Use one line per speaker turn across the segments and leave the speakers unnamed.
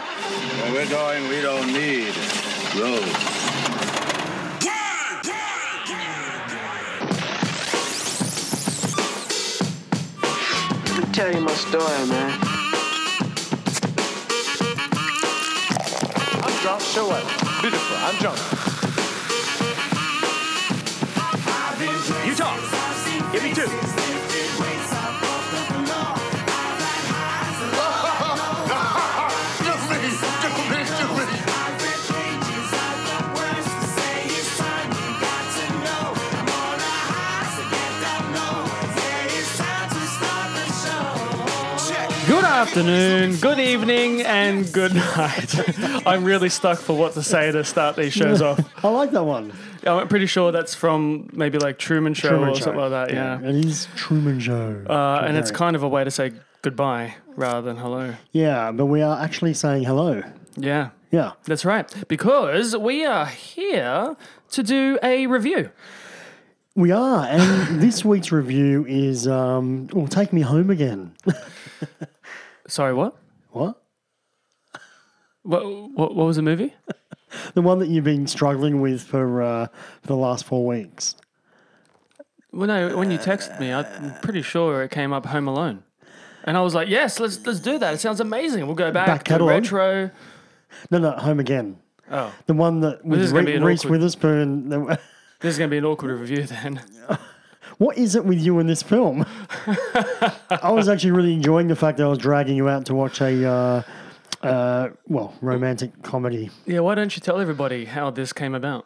Where we're going, we don't need roads.
Let me tell you my story, man.
I'm drunk, show up. Beautiful, I'm drunk. You talk. Give me two.
Good afternoon, good evening, and good night. I'm really stuck for what to say to start these shows off.
I like that one.
I'm pretty sure that's from maybe like Truman Show
Truman
or
Show.
something like that. Yeah,
It is Truman Show.
Uh, and it's kind of a way to say goodbye rather than hello.
yeah, but we are actually saying hello.
Yeah,
Yeah.
that's right. Because we are here to do a review.
We are. And this week's review is um well, Take Me Home Again.
Sorry, what?
what?
What? What, what was the movie?
The one that you've been struggling with for uh, for the last four weeks.
Well, no, when you texted me, I'm pretty sure it came up Home Alone. And I was like, yes, let's let's do that. It sounds amazing. We'll go back,
Back
to
catalogue?
retro.
No, no, Home Again.
Oh.
The one that
this
with
is gonna
Re-
be an
Reese
awkward-
Witherspoon. the-
This is going to be an awkward review then.
What is it with you in this film? I was actually really enjoying the fact that I was dragging you out to watch a, uh, uh, well, romantic comedy.
Yeah, why don't you tell everybody how this came about?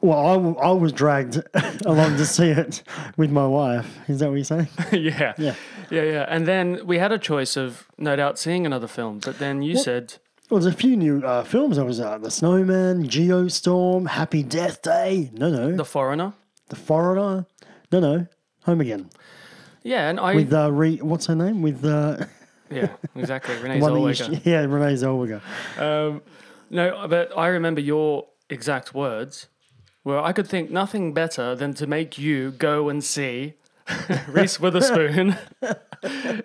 Well, I, w- I was dragged along to see it with my wife. Is that what you're saying?
yeah.
Yeah.
Yeah, yeah. And then we had a choice of no doubt seeing another film, but then you said,
Well, there's a few new uh, films. I was uh, The Snowman, Geostorm, Happy Death Day. No, no.
The
The,
Foreigner.
Foreigner. No, no. Home Again.
Yeah, and I.
With, uh, Re- what's her name? With, uh,
yeah, exactly. Renee
one that you-
Zellweger.
yeah, Renee Zellweger.
No, but I remember your exact words were I could think nothing better than to make you go and see Reese Witherspoon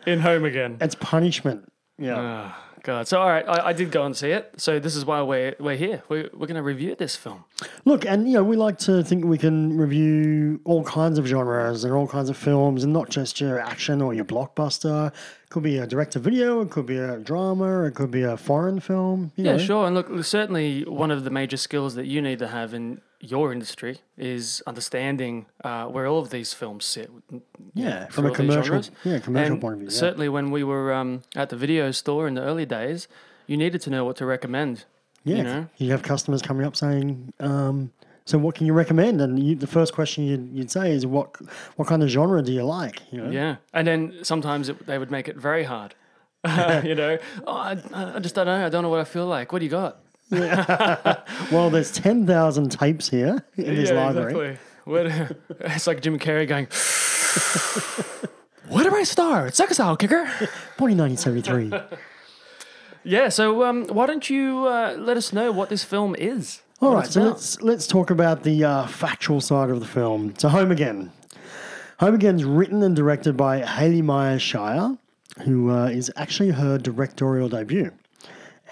in Home Again.
It's punishment. Yeah.
God. So, all right, I, I did go and see it. So, this is why we're, we're here. We're, we're going to review this film.
Look, and you know, we like to think we can review all kinds of genres and all kinds of films, and not just your action or your blockbuster. It could be a direct-to-video, it could be a drama, it could be a foreign film. You
Yeah,
know.
sure. And look, certainly one of the major skills that you need to have in your industry is understanding uh, where all of these films sit. you know,
from
for
a
all these
commercial-
genres.
yeah, commercial
And
point of view, yeah.
Certainly, when we were um, at the video store in the early days, you needed to know what to recommend.
yeah.
you know.
You have customers coming up saying, um, "So, what can you recommend?" And you, the first question you'd, you'd say is, "What what kind of genre do you like?" You know.
Yeah, and then sometimes it, they would make it very hard. you know, oh, I, I just don't know. I don't know what I feel like. What do you got?
Well, there's ten thousand tapes here in this library.
exactly. What, it's like Jim Carrey going. Where do I start? Suck a kicker.
Body 1973.
Yeah, so um, why don't you uh, let us know what this film is?
All
what
right,
it's
so
about.
let's let's talk about the uh, factual side of the film. So Home Again. Home Again's written and directed by Haley Meyer Shire, who uh, is actually her directorial debut,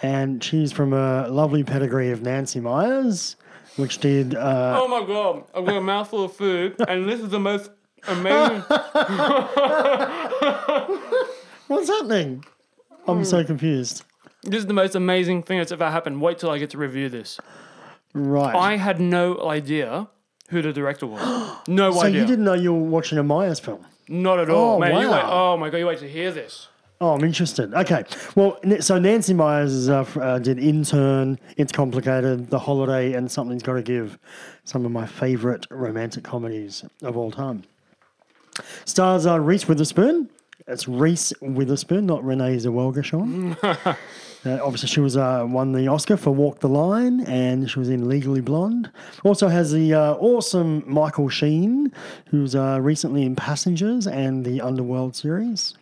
and she's from a lovely pedigree of Nancy Myers, which did uh,
Oh my god, I've got a mouthful of food, and this is the most amazing.
what's happening? I'm
Hmm.
so confused.
this is the most amazing thing that's ever happened. Wait till I get to review this.
Right.
I had no idea who the director was. No
so
idea.
you didn't know you were watching a Myers film.
Not at all,
Oh,
man. You wait,
wow.
oh my god, you wait to hear this.
Oh, I'm interested. Okay. Well, n- so Nancy Myers is, uh, f- uh, did Intern, It's Complicated, The Holiday, and Something's Gotta Give, some of my favourite romantic comedies of all time. Stars are Reese Witherspoon. It's Reese Witherspoon, not Renee Zellweger, Sean. Uh, obviously, she was uh, won the Oscar for Walk the Line, and she was in Legally Blonde. Also has the uh, awesome Michael Sheen, who's uh, recently in Passengers and the Underworld series.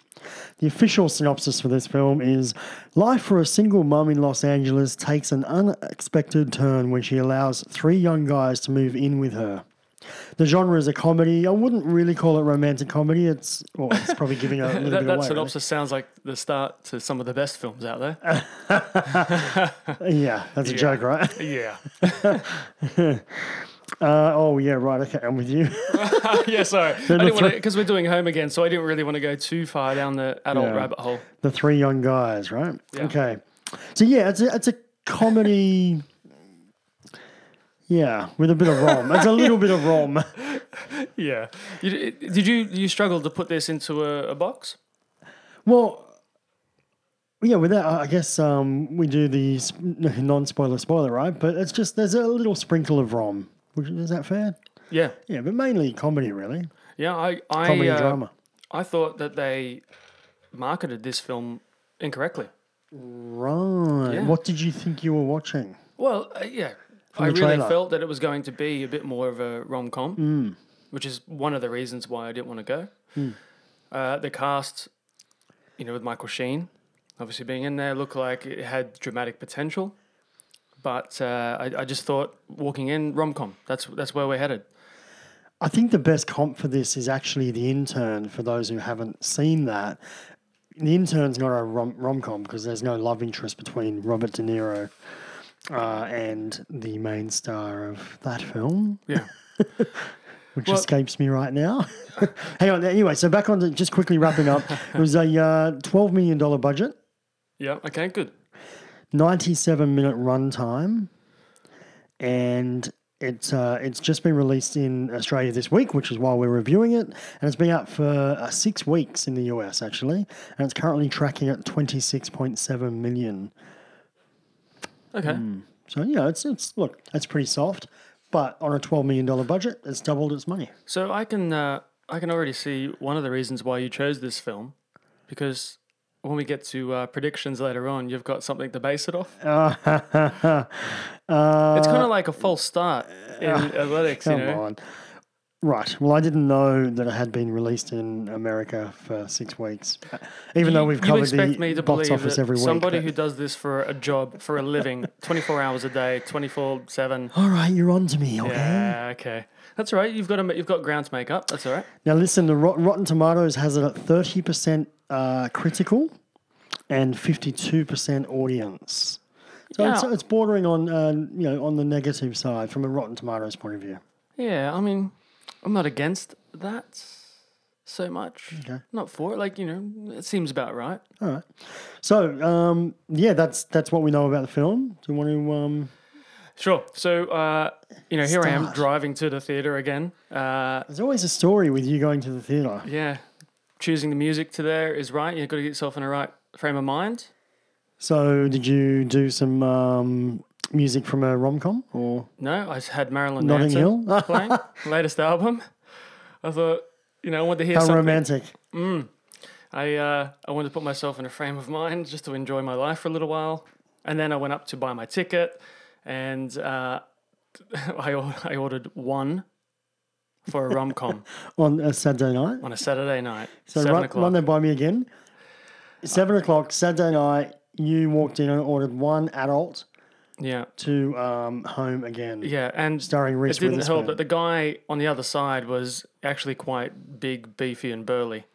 The official synopsis for this film is Life for a single mum in Los Angeles takes an unexpected turn when she allows three young guys to move in with her. The genre is a comedy. I wouldn't really call it romantic comedy. It's well, it's probably giving a little
That,
bit
that
away. really.
synopsis sounds like the start to some of the best films out there.
Yeah, that's a joke, right?
yeah.
Uh, oh yeah, right. Okay, I'm with you.
yeah, sorry. I didn't
the
want to because we're doing home again, so I didn't really want to go too far down the adult
Yeah.
rabbit hole.
the three young guys, right? Okay. So yeah, it's a, it's a comedy. yeah, with a bit of rom. It's a little bit of rom.
Yeah. You, did you you struggle to put this into a, a box?
Well, yeah, with that, I I guess um, we do the sp- non spoiler spoiler, right? But it's just there's a little sprinkle of rom. Which, is that fair?
Yeah.
Yeah, but mainly comedy, really.
Yeah. I I
Comedy
uh,
and drama.
I thought that they marketed this film incorrectly.
Right.
yeah.
What did you think you were watching?
Well, uh, yeah. I
the
really
trailer. Hmm.
felt that it was going to be a bit more of a rom com, which is one of the reasons why I didn't want to go. Uh, the cast, you know, with Michael Sheen obviously being in there, looked like it had dramatic potential. But uh, I, I just thought walking in rom com. That's that's where we're headed.
I think the best comp for this is actually The Intern. For those who haven't seen that, The Intern's not a rom rom com because there's no love interest between Robert De Niro uh, and the main star of that film,
Yeah.
which
Well-
escapes me right now. Hang on. Anyway, so back on to just quickly wrapping up. it was a uh, twelve million dollar budget,
yeah. Okay. Good.
ninety seven minute runtime, and. It's, uh, it's just been released in Australia this week, which is why we're reviewing it. And it's been out for uh, six weeks in the US, actually. And it's currently tracking at 26.7 million.
Okay.
Hmm. So, yeah, it's, it's look, it's pretty soft. But on a $12 million budget, it's doubled its money.
So I can uh, I can already see one of the reasons why you chose this film, because when we get to uh, predictions later on, you've got something to base it off.
Uh,
it's kind of like a false start in athletics, you
Come
know.
on. Right. Well, I didn't know that it had been released in America for six weeks, even though we've
Uh, you
covered
expect
the
me to
box
believe
office
that
every week.
somebody
but-
who does this for a job, for a living, twenty four hours a day, twenty four seven.
All right, you're on to me, okay?
Yeah, okay, that's all right. You've got to, you've got ground to make up. That's all right.
Now, listen, the Rot- Rotten Tomatoes has it at 30% uh, critical and 52% audience. So it's,
Yeah.
it's bordering on, uh, you know, on the negative side from a Rotten Tomatoes point of view.
Yeah, I mean, I'm not against that so much. Not for it. Like, you know, it seems about right.
So, um, yeah, that's that's what we know about the film. Do you want to? Um,
Sure. So, uh, you know, here I am
Start.
driving to the theater again. Uh,
there's always a story with you going to the theater.
yeah, choosing the music to there is right. You've got to get yourself in the right frame of mind.
So, did you do some um, music from a rom com or
No, I had Marilyn
Notting
Manson
Hill?
playing latest album. I thought, you know, I wanted to hear
how
something.
romantic?
I uh, I wanted to put myself in a frame of mind just to enjoy my life for a little while, and then I went up to buy my ticket, and uh, I or- I ordered one for a rom com
on a Saturday night?
on a Saturday night,
So
seven
run,
o'clock.
run that by me again. Seven o'clock Saturday night. You walked in and ordered one adult
yeah,
to um, home again.
yeah, and
starring Reese
it didn't help
Witherspoon.
that the guy on the other side was actually quite big, beefy, and burly.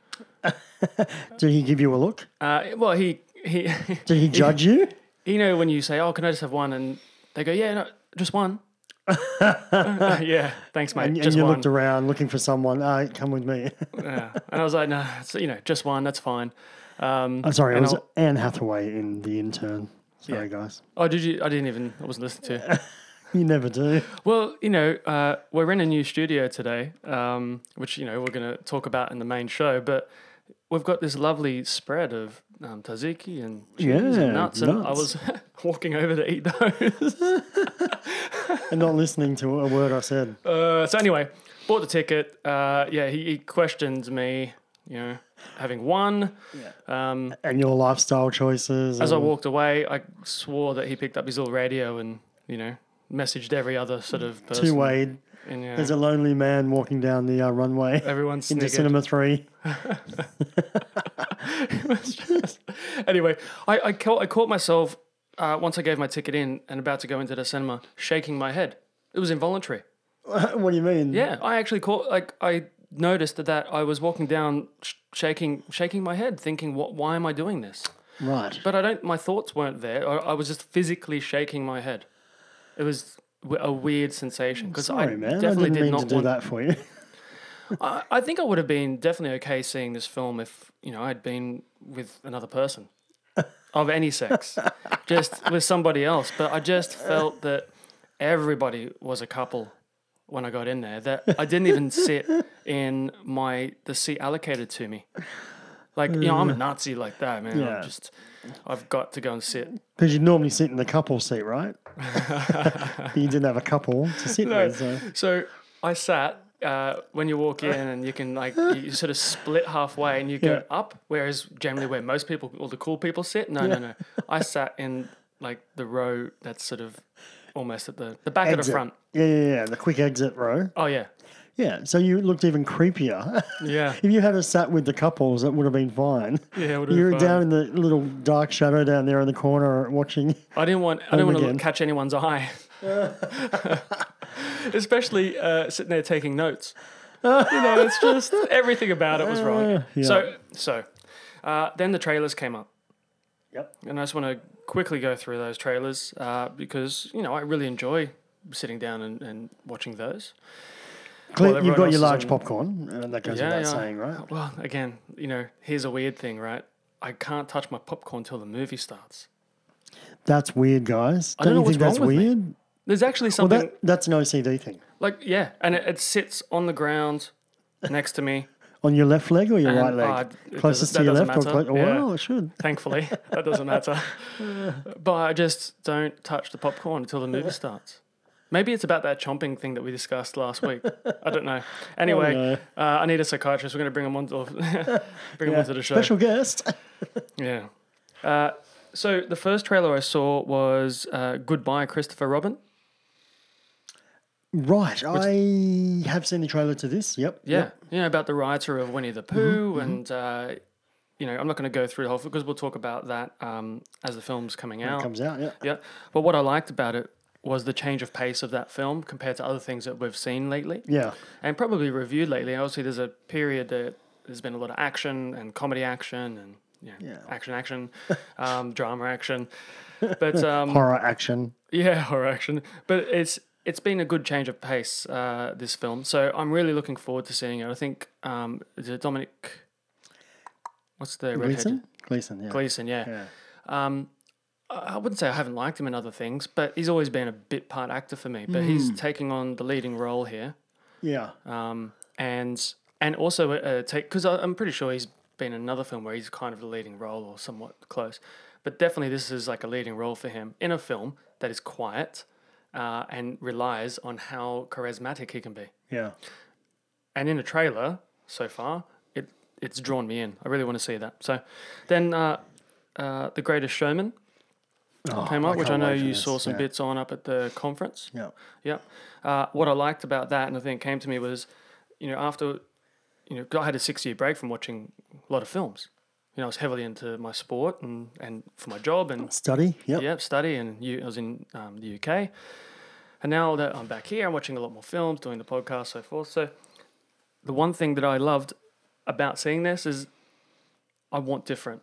Did he give you a look?
Uh, well, he he
Did he judge you?
you know when you say, "Oh, can I just have one?" and they go, "Yeah, no, just one." yeah, thanks, mate.
And, and
just
you
one.
looked around looking for someone. Uh, come with me.
Yeah. And I was like, no, it's, you know, just one. That's fine. Um,
I'm sorry, it
and
was
I'll-
Anne Hathaway in The Intern. Sorry,
Yeah.
guys.
oh, did you? I didn't even. I wasn't listening to.
You never do.
well, you know, uh, we're in a new studio today, um, which you know we're going to talk about in the main show. But we've got this lovely spread of um, tzatziki and cheese
Yeah,
and nuts, and I
nuts.
was walking over to eat those.
And not listening to a word I said.
Uh, so anyway, bought the ticket. Uh, yeah, he, he questioned me. You know, having one. Um,
And your lifestyle choices.
As I
and-
walked away, I swore that he picked up his little radio and, you know, messaged every other sort of person.
to Wade.
And, yeah,
There's a lonely man walking down the uh, runway
everyone
into
sniggered.
Cinema 3.
Anyway, I, I, caught, I caught myself, uh, once I gave my ticket in and about to go into the cinema, shaking my head. It was involuntary.
what do you mean?
Yeah, I actually caught like I noticed that I was walking down, sh- shaking, shaking my head, thinking, "What? Why am I doing this?"
Right.
But I don't. My thoughts weren't there. I, I was just physically shaking my head. It was w- a weird sensation because I
Sorry, man. I
definitely
didn't
did
mean
not
to do
want.
that for you.
I, I think I would have been definitely okay seeing this film if you know I'd been with another person of any sex, just with somebody else. But I just felt that everybody was a couple when I got in there. That I didn't even sit in my the seat allocated to me. Like you know, I'm a Nazi like that, man.
Yeah.
I'm just I've got to go and sit.
Because you normally sit in the couple seat, right? you didn't have a couple to sit
No.
with. So.
So I sat uh, when you walk in, and you can like you you sort of split halfway, and you go
Yeah.
up. Whereas generally, where most people, all the cool people sit, no, no, no. I sat in like the row that's sort of almost at the the back of the
Exit.
front.
Yeah, yeah, yeah. The quick exit row.
Oh yeah,
Yeah. So you looked even creepier.
yeah,
if you had us sat with the couples, that would have been fine.
yeah. it would've
You were
been
down
fun.
in the little dark shadow down there in the corner watching.
I didn't want. I didn't
home
want
again.
to catch anyone's eye. Especially uh, sitting there taking notes. You know, it's just everything about it was wrong.
Uh, yeah.
So, so uh, then the trailers came up.
Yep.
And I just want to quickly go through those trailers uh, because, you know, I really enjoy sitting down and, and watching those.
Cle-
everyone
you've got
else
your
is
large
on-
popcorn, and that goes
Yeah,
without
yeah.
saying, right?
Well, again, you know, here's a weird thing, right? I can't touch my popcorn till the movie starts.
That's weird, guys.
don't know
you think
what's
that's
wrong with me.
weird?
There's actually
Well,
something
that, that's an OCD thing.
like, yeah, and it, it sits on the ground next to me,
On your left leg or your
And,
right
uh,
leg?
it
Closest
doesn't-
to your
that
left or
doesn't
close?
matter. Yeah.
Well, it should.
thankfully. that doesn't matter. but I just don't touch the popcorn until the movie starts. Maybe it's about that chomping thing that we discussed last week. I don't know. Anyway, Uh, I need a psychiatrist. We're going to bring him on to, bring him onto the show.
Special guest.
Yeah. Uh, so the first trailer I saw was uh, Goodbye, Christopher Robin.
Right, I have seen the trailer to this. Yep.
Yeah. You know, about the writer of Winnie the Pooh.
Mm-hmm.
And, uh, you know, I'm not going to go through the whole because we'll talk about that um, as the film's coming out.
comes out. Yeah.
Yeah. But what I liked about it was the change of pace of that film compared to other things that we've seen lately.
Yeah.
and probably reviewed lately. Obviously, there's a period that there's been a lot of action and comedy action and you know,
Yeah.
action, action, um, drama action. But um,
Horror action.
yeah, horror action. But it's it's been a good change of pace uh, this film, so I'm really looking forward to seeing it. I think um, is it Dominic. What's the redhead?
Gleason. Gleason. Yeah.
Gleason, yeah. Um, I I wouldn't say I haven't liked him in other things, but he's always been a bit part actor for me. But he's taking on the leading role here
Yeah.
um, and and also uh, take because I'm pretty sure he's been in another film where he's kind of the leading role or somewhat close, but definitely this is like a leading role for him in a film that is quiet uh, and relies on how charismatic he can be.
Yeah.
And in a trailer so far, it it's drawn me in. I really want to see that. So then, uh, uh, the Greatest Showman came up, which I
Oh, can't
know
wait for
you
this,
saw some
yeah.
bits on up at the conference.
Yeah.
Yeah. Uh, what I liked about that, and I think came to me was, you know, after, you know, 'cause I had a six year break from watching a lot of films. You know, I was heavily into my sport and, and for my job and
Study. Yep.
yeah, study, and you, I was in um, the UK. And now that I'm back here, I'm watching a lot more films, doing the podcast, so forth. So, the one thing that I loved about seeing this is I want different.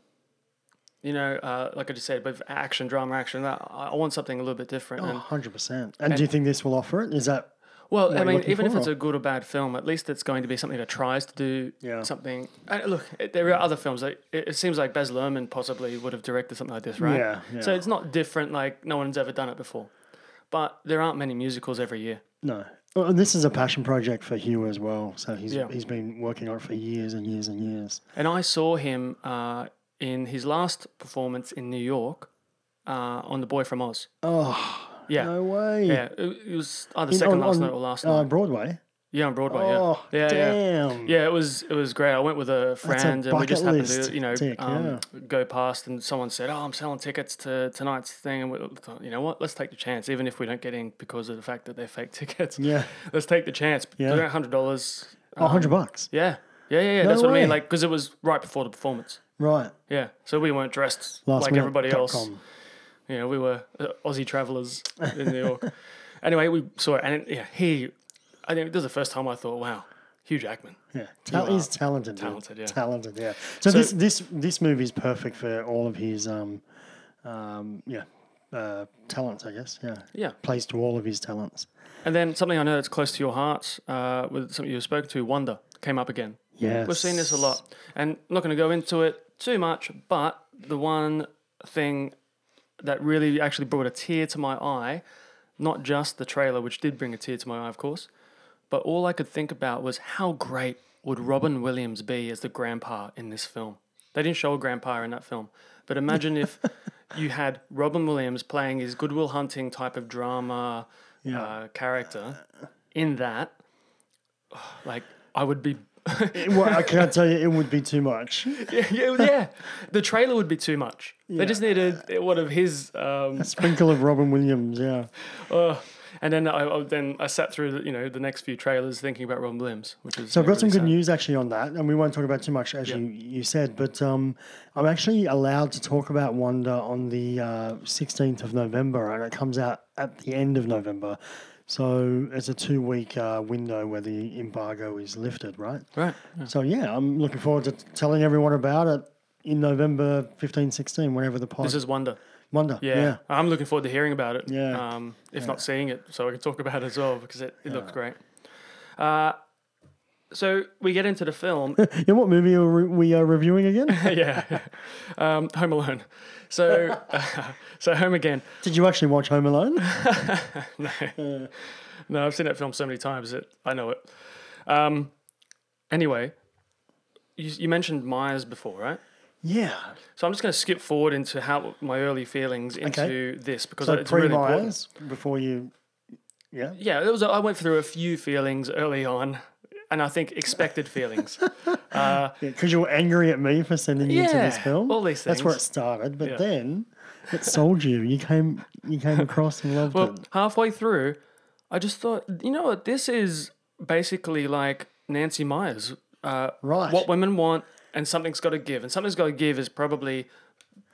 You know, uh, like I just said, with action, drama, action, that I I want something a little bit different. and
Oh, Hundred percent. And do you think this will offer it? Is that
well, I
you're
mean,
looking
even if
for,
it's
or-
a good or bad film, at least it's going to be something that tries to do
Yeah.
something. And look, it, there are other films. Like, it, it seems like Baz Luhrmann possibly would have directed something like this, right?
Yeah,
So
yeah.
it's not different. Like no one's ever done it before. But there aren't many musicals every year.
no? Well, and this is a passion project for Hugh as well. So he's
Yeah.
he's been working on it for years and years and years.
And I saw him uh, in his last performance in New York uh, on The Boy from Oz.
Oh
Yeah.
no way!
Yeah, it, it was either
In-
second
on-
last
on,
night or last
uh,
night.
Broadway.
Yeah, on Broadway.
Oh
yeah, yeah, yeah.
damn!
Yeah, it was it was great. I went with a friend and we
bucket
just happened
list
to you know
tick,
um, go past and someone said, "Oh, I'm selling tickets to tonight's thing." And we thought, you know what? Let's take the chance, even if we don't get in because of the fact that they're fake tickets.
Yeah.
let's take the chance.
Yeah.
Yeah, hundred dollars.
Oh, hundred
um,
bucks.
Yeah, yeah, yeah. yeah. That's what I
way.
mean. Like because it was right before the performance.
Right.
Yeah, so we weren't dressed
Last
like
minute
everybody
dot
else.
com.
You know, we were uh, Aussie travelers in New York. anyway, we saw it, and it, yeah, he I think this is the first time I thought, wow, Hugh Jackman.
Yeah, Tal- he's talented. dude.
talented, yeah.
Talented, yeah. So, this this this movie's perfect for all of his um, um, yeah, uh, talents, I guess. Yeah.
Yeah.
Plays to all of his talents.
And then something I know that's close to your heart, uh, with something you've spoken to, Wonder, came up again.
Yes.
We've seen this a lot. And I'm not going to go into it too much, but the one thing that really actually brought a tear to my eye, not just the trailer, which did bring a tear to my eye, of course, but all I could think about was how great would Robin Williams be as the grandpa in this film? They didn't show a grandpa in that film, but imagine if you had Robin Williams playing his Goodwill Hunting type of drama uh, character in that. Like, I would be
well, I can't tell you, it would be too much.
yeah, yeah. The trailer would be too much. They just needed one of his. Um,
A sprinkle of Robin Williams, yeah.
uh, and then I I- then I sat through the, you know the next few trailers thinking about Ron Williams, which is
So I've got some
really
good
sad.
news actually on that, and we won't talk about it too much as you, you said, but um, I'm actually allowed to talk about Wonder on the uh, 16th of November, and it comes out at the end of November. So it's a two week uh, window where the embargo is lifted, right?
uh, Right.
So yeah, I'm looking forward to t- telling everyone about it in November 15, 16, whenever the pod
This is Wonder.
Wonder.
Yeah. I'm looking forward to hearing about it.
Yeah.
Um, if not seeing it, so I can talk about it as well because it, it looked great. Uh, so we get into the film.
yeah. You know what movie are we- we are reviewing again?
yeah. Um, Home Alone. So so Home Again.
Did you actually watch Home Alone?
No, I've seen that film so many times that I know it. Um, anyway, you, you mentioned Myers before, right?
Yeah.
So I'm just going to skip forward into how my early feelings into
Okay.
this because
So
it's
pre
really important.
Myers before you. Yeah.
Yeah, it was. I went through a few feelings early on, and I think expected feelings.
Because you were angry at me for sending you to this
Yeah,
film.
all these
That's where it
things.
started, but then it sold you. You came, you came across and loved
Well,
it.
halfway through, I just thought, you know what? This is basically like Nancy Myers. Uh,
Right.
What women want, and something's got to give. And something's got to give is probably,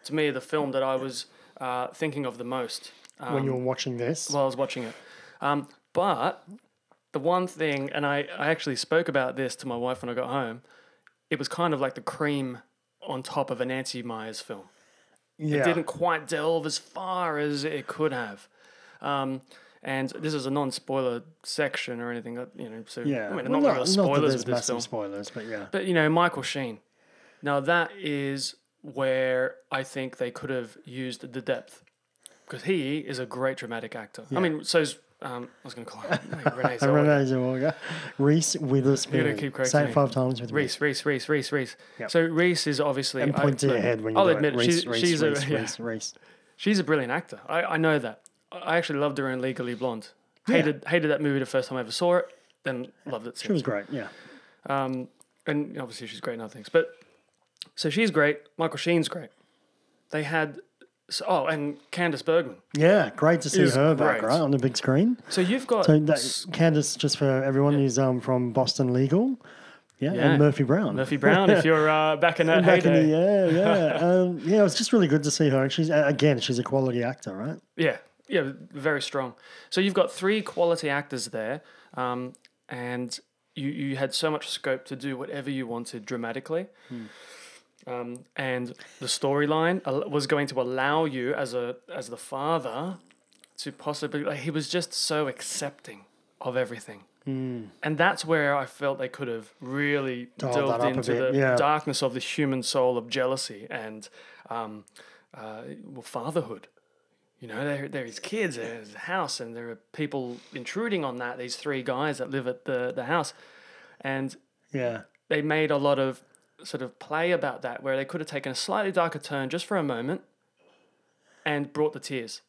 to me, the film that I was uh, thinking of the most um,
when you were watching this,
while I was watching it. Um, but the one thing, and I, I actually spoke about this to my wife when I got home, it was kind of like the cream on top of a Nancy Myers film
yeah,
didn't quite delve as far as it could have. Um, and this is a non-spoiler section or anything, uh, you know. So I
yeah.
mean,
Well,
not, real
that
spoilers
there's
with this
massive
film,
spoilers, but yeah,
but you know, Michael Sheen. Now that is where I think they could have used the depth, because he is a great dramatic actor. I mean, so's um, I was going to call him like, Renee
I
Zellweger.
Renee Zellweger, Reese Witherspoon.
You're gonna keep correcting
Say
me.
it five times with me.
Reese, Reese, Reese, Reese, Reese. So Reese is obviously.
And point
I,
to your head when you
I'll
do it.
admit, it,
Reese,
she's,
Reese,
she's
Reese,
a yeah.
Reese, Reese.
She's a brilliant actor. I, I know that. I I actually loved her in Legally Blonde. Hated hated that movie the first time I ever saw it, then loved it
She
since.
was great. Yeah,
Um, and obviously she's great in other things. But so she's great. Michael Sheen's great. They had so, oh, and Candice Bergman.
yeah, great to see
Is
her back
great.
right on the big screen.
So you've got
So that
s-
Candace, just for everyone, is um from Boston Legal, yeah,
Yeah.
and Murphy Brown.
Murphy Brown. if you're uh, back in that
back in
heyday.
the yeah, yeah, um, yeah. It was just really good to see her. And she's uh, again, she's a quality actor, right?
Yeah, yeah, very strong. So you've got three quality actors there, um, and you you had so much scope to do whatever you wanted dramatically. Um, and the storyline al- was going to allow you as a as the father to possibly like, he was just so accepting of everything.
Hmm.
And that's where I felt they could have really
Dialed that
delved
up a
into the
bit, yeah.
darkness of the human soul of jealousy and um, uh, well, fatherhood. You know, there, there is kids, there is a house, and there are people intruding on that, these three guys that live at the, the house. And
Yeah,
they made a lot of sort of play about that where they could have taken a slightly darker turn just for a moment and brought the tears.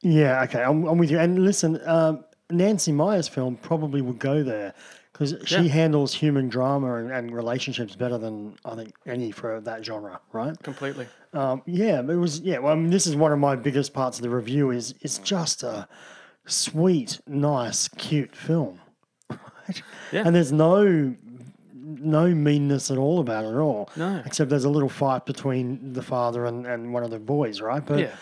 yeah. Okay, I'm, I'm with you. And listen, um, Nancy Meyer's film probably would go there because she
Yeah.
handles human drama and, and relationships better than I think any for that genre, right?
Completely.
Um, yeah, it was. Yeah, well, I mean, this is one of my biggest parts of the review. Is it's just a sweet, nice, cute film, Right?
Yeah.
and there's no no meanness at all about it at all.
No.
except there's a little fight between the father and, and one of the boys, right? But
Yeah.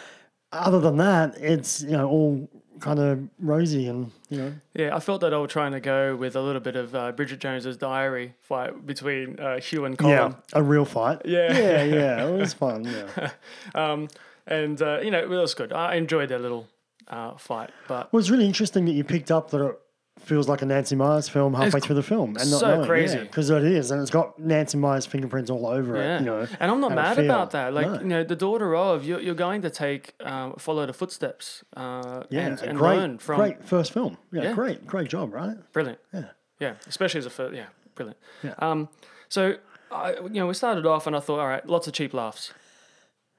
other than that, it's you know all kind of rosy and you know
Yeah, I felt that I was trying to go with a little bit of uh, Bridget Jones's Diary fight between uh, Hugh and Colin.
yeah a real fight
Yeah.
yeah yeah it was fun yeah
and uh, you know it was good. I enjoyed their little uh, fight, but
Well, it's really interesting that you picked up that it feels like a Nancy Myers film halfway
cr-
through the film, and not
so crazy.
because it is, and it's got Nancy Myers fingerprints all over
yeah,
it. You know,
and I'm not
how it
mad
feels.
about that. Like
No.
you know, the daughter of you're, you're going to take um, follow the footsteps uh,
yeah,
and,
it's a
and
great,
learn from
great first film. Yeah,
Yeah.
great, great job, right?
Brilliant. Yeah. Yeah. Especially as a first. Yeah. Brilliant. Um, so, I, you know, we started off and I thought, all right, lots of cheap laughs.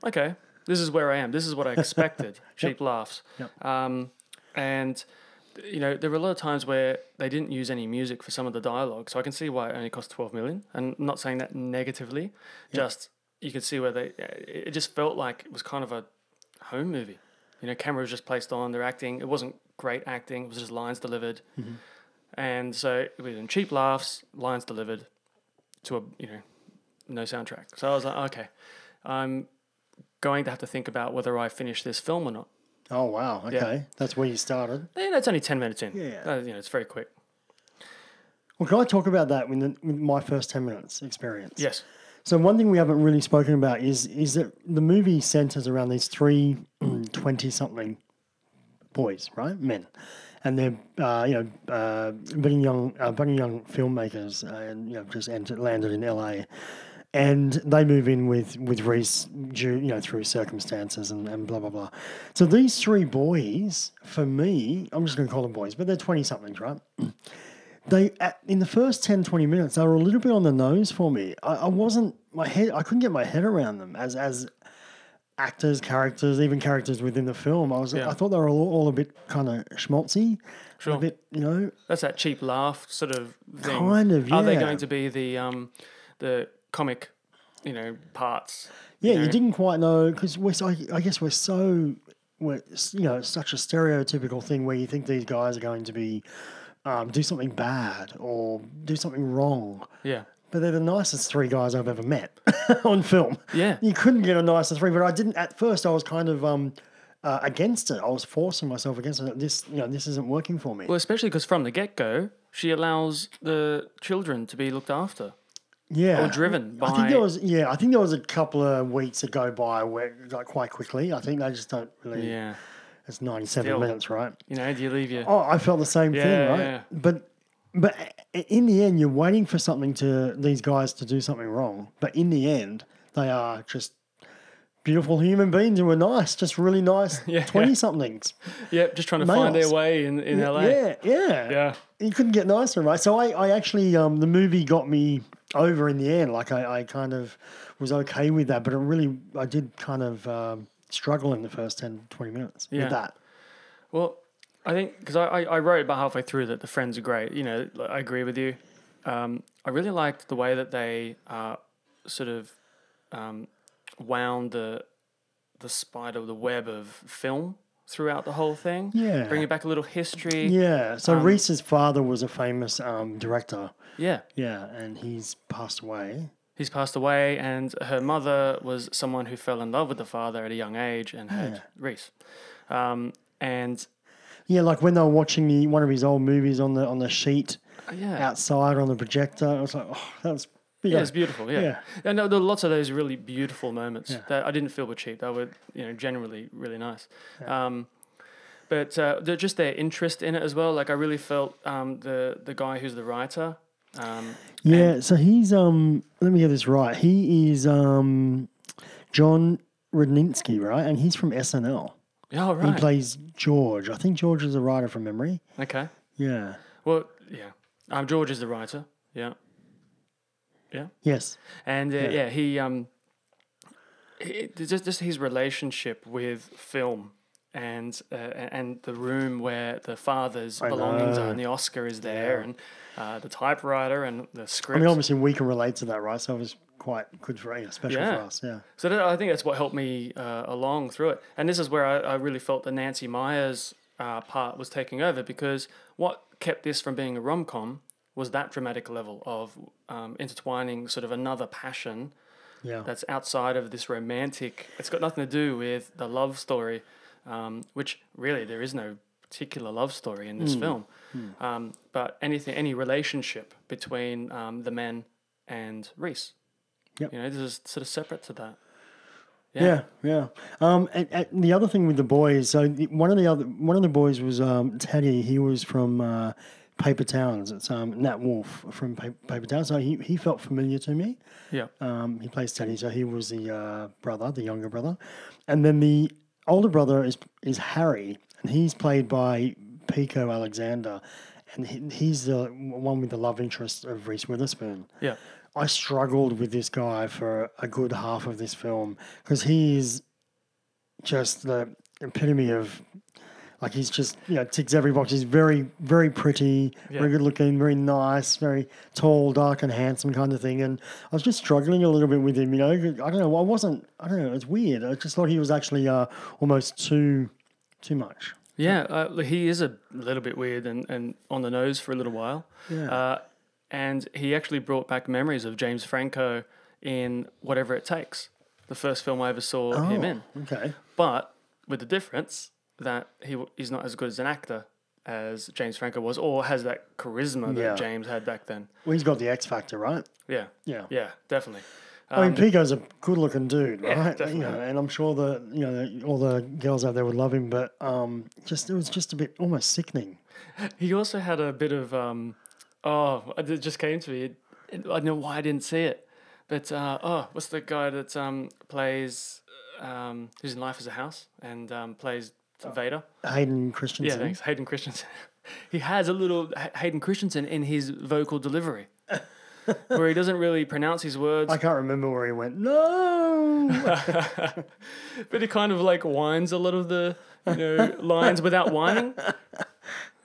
Okay. This is where I am. This is what I expected. cheap laughs. Um, and, you know, there were a lot of times where they didn't use any music for some of the dialogue. So I can see why it only cost 12 million. And I'm not saying that negatively, just you could see where they, it just felt like it was kind of a home movie. You know, camera was just placed on, they're acting. It wasn't great acting, it was just lines delivered and so it was in cheap laughs, lines delivered to a you know no soundtrack. So I was like, okay, I'm going to have to think about whether I finish this film or not.
Oh wow, okay, that's where you started.
You know, it's only ten minutes in.
Yeah.
Uh, you know, it's very quick.
Well, can I talk about that with, the, with my first ten minutes experience?
Yes.
So one thing we haven't really spoken about is is that the movie centers around these three 20 something boys, right, men, and they're uh, you know uh, budding young uh, budding young filmmakers, uh, and you know just entered, landed in LA, and they move in with with Reese, due, you know through circumstances and, and blah blah blah. So these three boys, for me, I'm just going to call them boys, but they're 20 somethings, right? they at, in the first 10 20 minutes they were a little bit on the nose for me I, I wasn't my head i couldn't get my head around them as as actors characters even characters within the film i was i thought they were all, all a bit kind of schmaltzy
Sure.
a bit you know
That's that cheap laugh sort of thing.
Kind of,
Are they
yeah.
going to be the um the comic, you know, parts?
yeah
know?
you didn't quite know because we're so, i guess we're so we're s- you know it's such a stereotypical thing where you think these guys are going to be um, do something bad or do something wrong
Yeah.
But they're the nicest three guys I've ever met on film.
Yeah.
You couldn't get a nicer three, but I didn't at first I was kind of um uh, against it. I was forcing myself against it. This you know, this isn't working for me.
Well, especially because from the get go, she allows the children to be looked after.
yeah.
or driven
I think
by-
there was yeah, I think there was a couple of weeks that go by where like quite quickly. I think they just don't really
Yeah.
it's ninety seven
Still.
minutes, right?
You know, do you leave your
Oh, I felt the same
Yeah,
thing, right?
yeah.
But but in the end, you're waiting for something to these guys to do something wrong. But in the end, they are just beautiful human beings who are nice, just really nice twenty
Yeah.
somethings.
yeah, just trying to find their
Males.
way in in LA.
Yeah, yeah,
Yeah.
You couldn't get nicer, right? So I, I actually, um, the movie got me over in the end. Like I, I kind of was okay with that, but it really, I did kind of um, struggle in the first 10, 20 minutes
Yeah.
with that.
Well, I think because I, I, I wrote about halfway through that the friends are great. You know, like, I agree with you. Um, I really liked the way that they uh, sort of um, wound the the spider, the web of film throughout the whole thing.
Yeah.
bringing back a little history.
Yeah.
Um,
So Reese's father was a famous um, director.
yeah.
Yeah, and he's passed away.
He's passed away, and her mother was someone who fell in love with the father at a young age and had Reese. Um, and
Yeah, like when they were watching the, one of his old movies on the on the sheet
yeah,
outside on the projector, I was like, oh, that was big.
Yeah, it's beautiful. Yeah.
Yeah.
And there there were lots of those really beautiful moments that I didn't feel were cheap. They were, you know, generally really nice. Um, but uh, they're just their interest in it as well. Like I really felt um, the the guy who's the writer. Um,
yeah. So he's um, let me get this right. He is um, John Rudnitsky, right? And he's from SNL.
yeah, all
He
Oh, right.
plays George. I think George is a writer from memory.
okay.
Yeah.
Well, yeah. Um, George is the writer. Yeah.
Yes.
And uh, yeah. he um, he, just just his relationship with film and uh, and the room where the father's belongings are, and the Oscar is there, and uh, the typewriter and the
I
script.
mean, obviously we can relate to that, right? So it was quite good for yeah, special
Yeah.
for us. Yeah.
so that, I think that's what helped me uh, along through it. And this is where I, I really felt the Nancy Myers uh, part was taking over because what kept this from being a rom com was that dramatic level of um, intertwining sort of another passion
Yeah.
that's outside of this romantic. It's got nothing to do with the love story, um, which really there is no particular love story in this film, um, but anything, any relationship between um, the men and Reese.
Yep.
You know, this is sort of separate to that.
Yeah, yeah. Um, and, and the other thing with the boys, so the- one of the other one of the boys was um, Teddy. He was from uh, Paper Towns. It's um, Nat Wolf from Paper, Paper Towns. So he, he felt familiar to me.
Yeah.
Um, he plays Teddy, so he was the uh, brother, the younger brother, and then the older brother is is Harry, and he's played by Pico Alexander, and he, he's the one with the love interest of Reese Witherspoon.
yeah.
I struggled with this guy for a good half of this film because he is just the epitome of like he's just you know ticks every box. He's very very pretty, very good looking, very nice, very tall, dark and handsome kind of thing. And I was just struggling a little bit with him. You know, I don't know. I wasn't. I don't know. It's weird. I just thought he was actually uh, almost too too much.
Yeah, uh, he is a little bit weird and, and on the nose for a little while. Yeah. Uh, and he actually brought back memories of James Franco in Whatever It Takes, the first film I ever saw him in.
Oh, Okay.
But with the difference that he w- he's not as good as an actor as James Franco was or has that charisma that
Yeah.
James had back then.
Well, he's got the X factor, right?
Yeah.
Yeah.
Yeah, definitely.
I mean, Pico's a good-looking dude, right?
Um, definitely.
You know, and I'm sure that you know all the girls out there would love him, but um, just it was just a bit almost sickening.
He also had a bit of um, oh, it just came to me. It- I don't know why I didn't see it, but uh, oh, what's the guy that um plays um who's in Life as a House and um plays
Oh.
Vader?
Hayden
Yeah,
Christensen.
thanks, Hayden Christensen. he has a little H- Hayden Christensen in his vocal delivery, where he doesn't really pronounce his words,
I can't remember where he went. No,
but he kind of like whines a lot of the you know lines without whining.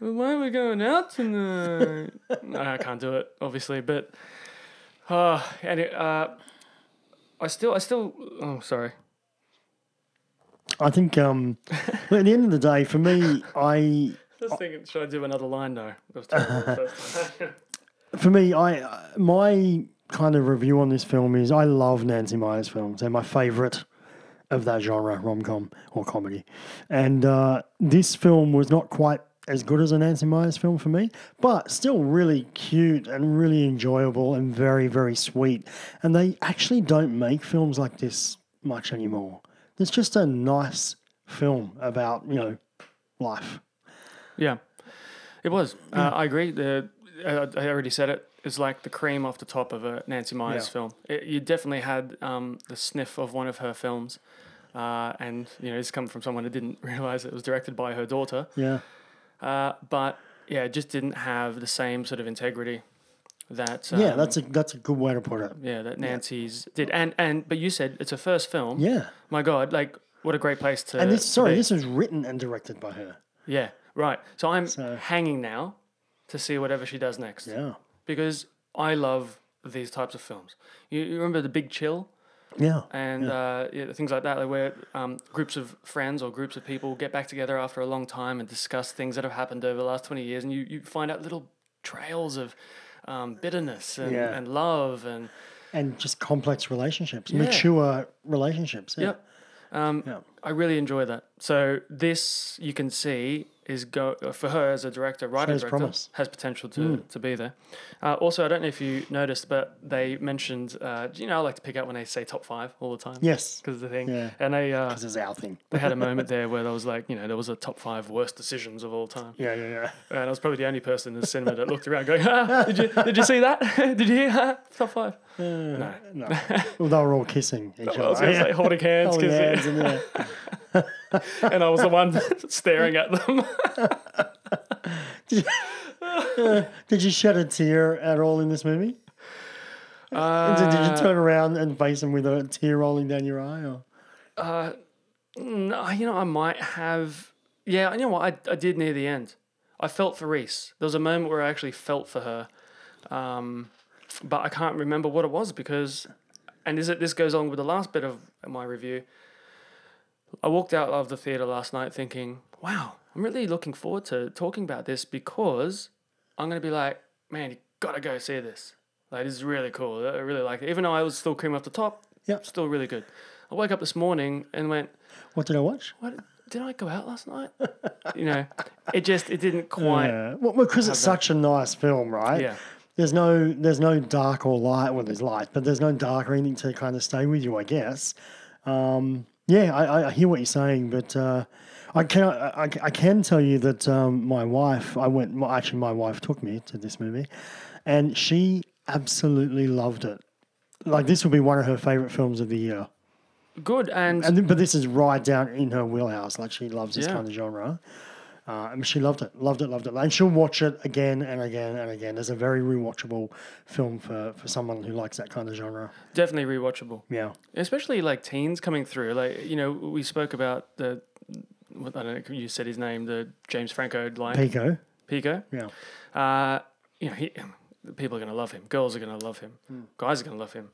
Well, Why are we going out tonight? No, I can't do it, obviously. But uh, and it, uh, I still, I still. Oh, sorry.
I think um, well, at the end of the day, for me, I
Just thinking, should I do another line? No, that was terrible the first time.
for me, I my kind of review on this film is I love Nancy Meyers films. They're my favorite of that genre, rom com or comedy. And uh, this film was not quite as good as a Nancy Meyers film for me, but still really cute and really enjoyable and very very sweet. And they actually don't make films like this much anymore. It's just a nice film about you know life.
Yeah, it was. Uh, I agree. The uh, I already said it. It's like the cream off the top of a Nancy Meyers
Yeah.
film. It, you definitely had um, the sniff of one of her films, uh, and you know it's come from someone who didn't realize it was directed by her daughter.
Yeah.
Uh, but yeah, it just didn't have the same sort of integrity that um,
Yeah, that's a that's a good way to put it.
yeah that Nancy's did. And and but you said it's her first film.
Yeah.
My God, like what a great place to.
And this,
to
sorry,
be.
this was written and directed by her.
Yeah. Right. So I'm
So-
hanging now to see whatever she does next.
Yeah.
because I love these types of films. You, you remember The Big Chill
Yeah.
and Uh, yeah, things like that, like where um, groups of friends or groups of people get back together after a long time and discuss things that have happened over the last 20 years, and you, you find out little trails of um, bitterness and,
Yeah.
and love and
And just complex relationships, mature relationships. Yeah.
Yep. Um,
Yeah.
I really enjoy that. So this you can see is go uh, for her as a director, writer
Shows
director
promise. Mm.
has potential to, to be there. Uh, also, I don't know if you noticed, but they mentioned uh, you know I like to pick out when they say top five all the time.
Yes.
because the thing,
Yeah.
and they uh,
This is our thing.
they had a moment there where there was like you know there was a top five worst decisions of all time,
Yeah, yeah, yeah.
and I was probably the only person in the cinema that looked around going, ah, did you did you see that? did you hear that? top five? no.
No. well, they were all kissing each
I was
other.
going to say holding hands,
Holding
'cause it-
hands and, yeah.
and I was the one staring at them.
Did you shed a tear at all in this movie? Uh, did, did you turn around and face him with a tear rolling down your eye? Or?
No, Mm, uh, you know, I might have. Yeah, you know what? I, I did near the end. I felt for Reese. There was a moment where I actually felt for her, um, but I can't remember what it was because. And is it? This goes on with the last bit of my review. I walked out of the theater last night thinking, "Wow, I'm really looking forward to talking about this because I'm gonna be like, man, you gotta go see this. Like, this is really cool. I really like it. Even though I was still cream off the top,
Yep.
still really good. I woke up this morning and went,
What did I watch?
what did I go out last night? you know, it just it didn't quite.
Yeah. Well, because it's such a nice film, right?
Yeah.
There's no there's no dark or light. Well, there's light, but there's no dark or anything to kind of stay with you, I guess. Um, yeah, I, I- I hear what you're saying, but uh, I can I, I- I can tell you that um, my wife, I went well, actually, my wife took me to this movie, and she absolutely loved it. Like this will be one of her favorite films of the year.
Good and,
And th- but this is right down in her wheelhouse. Like she loves this
Yeah.
kind of genre. Uh, and she loved it, loved it, loved it, and she'll watch it again and again and again. It's a very rewatchable film for, for someone who likes that kind of genre.
definitely rewatchable.
Yeah,
especially like teens coming through. Like you know, we spoke about the what- I don't know. You said his name, the James Franco line,
Pico.
Pico.
Yeah,
Uh, you know, he, people are going to love him. Girls are going to love him.
Hmm.
Guys are going to love him.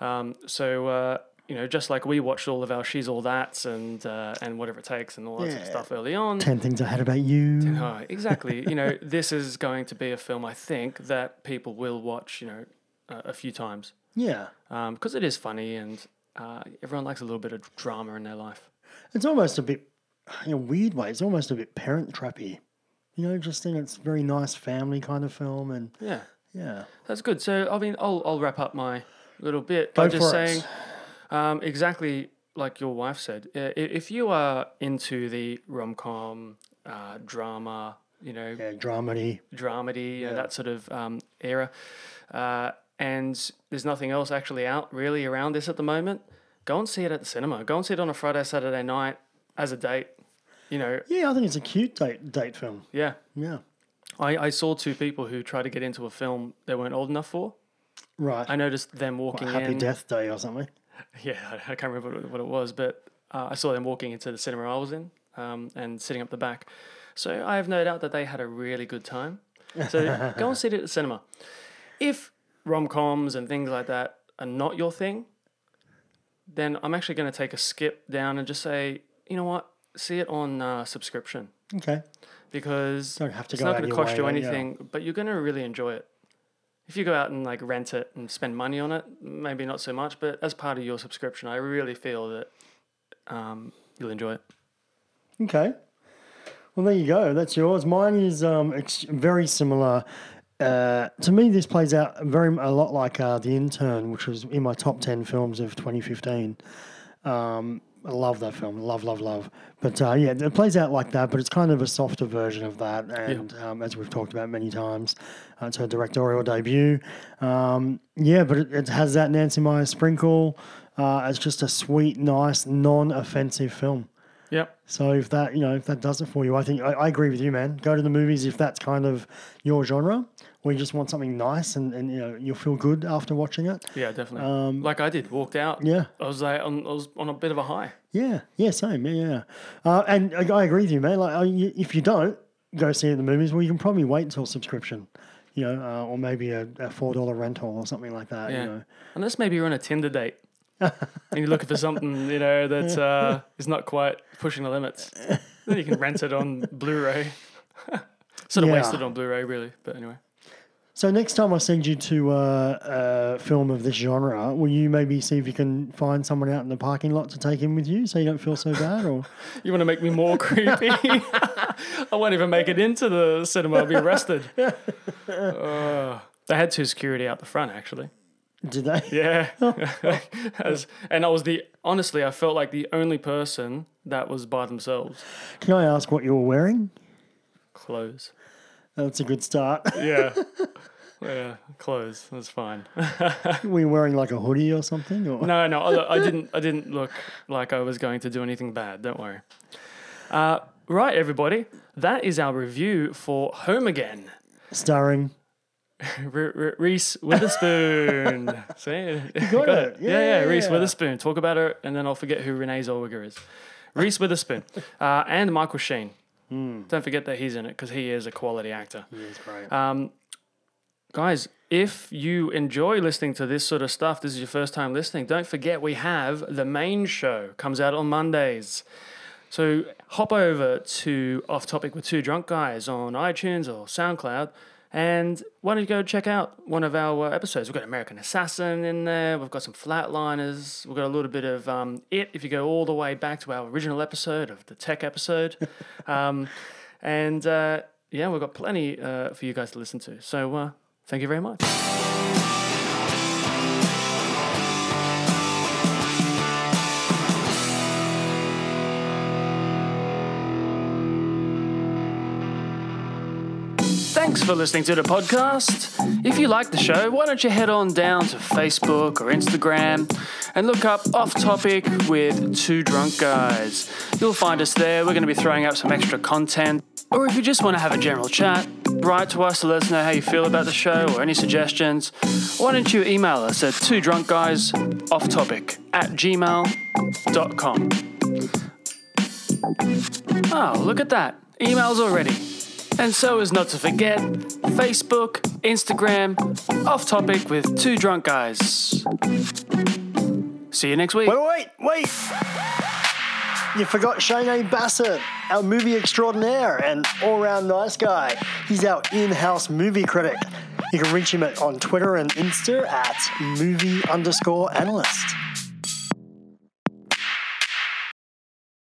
Um, so uh, you know, just like we watched all of our "She's All That's" and uh, and whatever it takes and all that sort of
Yeah.
stuff early on.
ten things I had about you.
Oh, exactly. you know, this is going to be a film I think that people will watch. You know, a, a few times
Yeah,
because it is funny and uh, everyone likes a little bit of drama in their life.
it's almost a bit in a weird way. It's almost a bit parent trappy. You know, just in it's very nice family kind of film, and
Yeah,
yeah,
that's good. So I mean, I'll I'll wrap up my little bit
Go
by just
for it.
saying um, exactly like your wife said. i- i- If you are into the rom com uh, drama, you know,
yeah, dramedy.
dramedy, you know, that sort of um, era. Uh, and there's nothing else actually out really around this at the moment. Go and see it at the cinema. Go and see it on a Friday, Saturday night as a date. You know,
Yeah, I think it's a cute date date film.
yeah.
Yeah,
I, I saw two people who tried to get into a film they weren't old enough for.
right.
I noticed them walking
Happy
in.
Death Day or something.
Yeah, I can't remember what- what it was, but uh, I saw them walking into the cinema I was in um, and sitting up the back. So I have no doubt that they had a really good time. So go and see it at the cinema. If rom coms and things like that are not your thing, then I'm actually going to take a skip down and just say, you know what, see it on uh, subscription
Okay.
because
Don't have to
it's
go
not
out
going
of
to
your
cost
way,
you
like, yeah.
anything, but you're going to really enjoy it. If you go out and like rent it and spend money on it, maybe not so much, but as part of your subscription, I really feel that um, you'll enjoy it.
Okay. Well, there you go. That's yours. Mine is um, ex- very similar. Uh, to me, this plays out very a lot like uh, The Intern, which was in my top ten films of 2015. Um, I love that film. Love, love, love. But uh, yeah, it plays out like that, but it's kind of a softer version of that. And um, as we've talked about many times, uh, it's her directorial debut. Um, yeah, but it, it has that Nancy Myers sprinkle. Uh, it's just a sweet, nice, non-offensive film.
Yep.
So if that you know if that does it for you, I think I, I agree with you, man. Go to the movies if that's kind of your genre, or you just want something nice and, and you know you'll feel good after watching it.
Yeah, definitely. like I did, walked out.
Um, yeah.
I was like, on, I was on a bit of a high.
Yeah, yeah, same, yeah, yeah. Uh, and I, I agree with you, man. Like uh, you- if you don't go see it in the movies, well, you can probably wait until subscription, you know, uh, or maybe a, a four dollar rental or something like that.
Yeah.
You know,
Unless maybe you're on a Tinder date and you're looking for something, you know, that uh, is not quite pushing the limits. Then you can rent it on Blu-ray. sort of
Yeah.
wasted on Blu-ray, really. But anyway.
So next time I send you to uh, a film of this genre, will you maybe see if you can find someone out in the parking lot to take in with you, so you don't feel so bad, or?
You want to make me more creepy? I won't even make it into the cinema. I'll be arrested. Ugh. they had two security out the front, actually.
Did they?
Yeah. As- and I was the, honestly, I felt like the only person that was by themselves.
Can I ask what you were wearing?
Clothes.
That's a good start.
Yeah. Yeah, clothes. That's fine.
were you wearing like a hoodie or something? Or?
No, no, I, I didn't. I didn't look like I was going to do anything bad. Don't worry. Uh, right, everybody. That is our review for Home Again.
Starring.
Re- Re- Reese Witherspoon. See, you
got it.
Yeah, yeah,
Yeah.
Reese Witherspoon. Talk about her, and then I'll forget who Renee Zellweger is. Reese Witherspoon uh, and Michael Sheen. Don't forget that he's in it because he is a quality actor. Um, Guys, if you enjoy listening to this sort of stuff, this is your first time listening. Don't forget we have the main show comes out on Mondays. So hop over to Off Topic with Two Drunk Guys on iTunes or SoundCloud And why don't you go check out one of our uh, episodes? We've got American Assassin in there. We've got some Flatliners. We've got a little bit of um, It, if you go all the way back to our original episode of the tech episode. um, and uh, yeah, we've got plenty uh, for you guys to listen to. So uh, thank you very much. Thanks for listening to the podcast. If you like the show, why don't you head on down to Facebook or Instagram and look up Off Topic with Two Drunk Guys. You'll find us there. We're going to be throwing up some extra content. Or if you just want to have a general chat, write to us to let us know how you feel about the show or any suggestions. Why don't you email us at two drunk guys off topic at gmail.com? Oh, look at that. Emails already. And so as not to forget, Facebook, Instagram, off topic with two drunk guys. See you next week.
Wait, wait, wait! You forgot Shane A. Bassett, our movie extraordinaire and all round nice guy. He's our in house movie critic. You can reach him at, on Twitter and Insta at movie underscore analyst.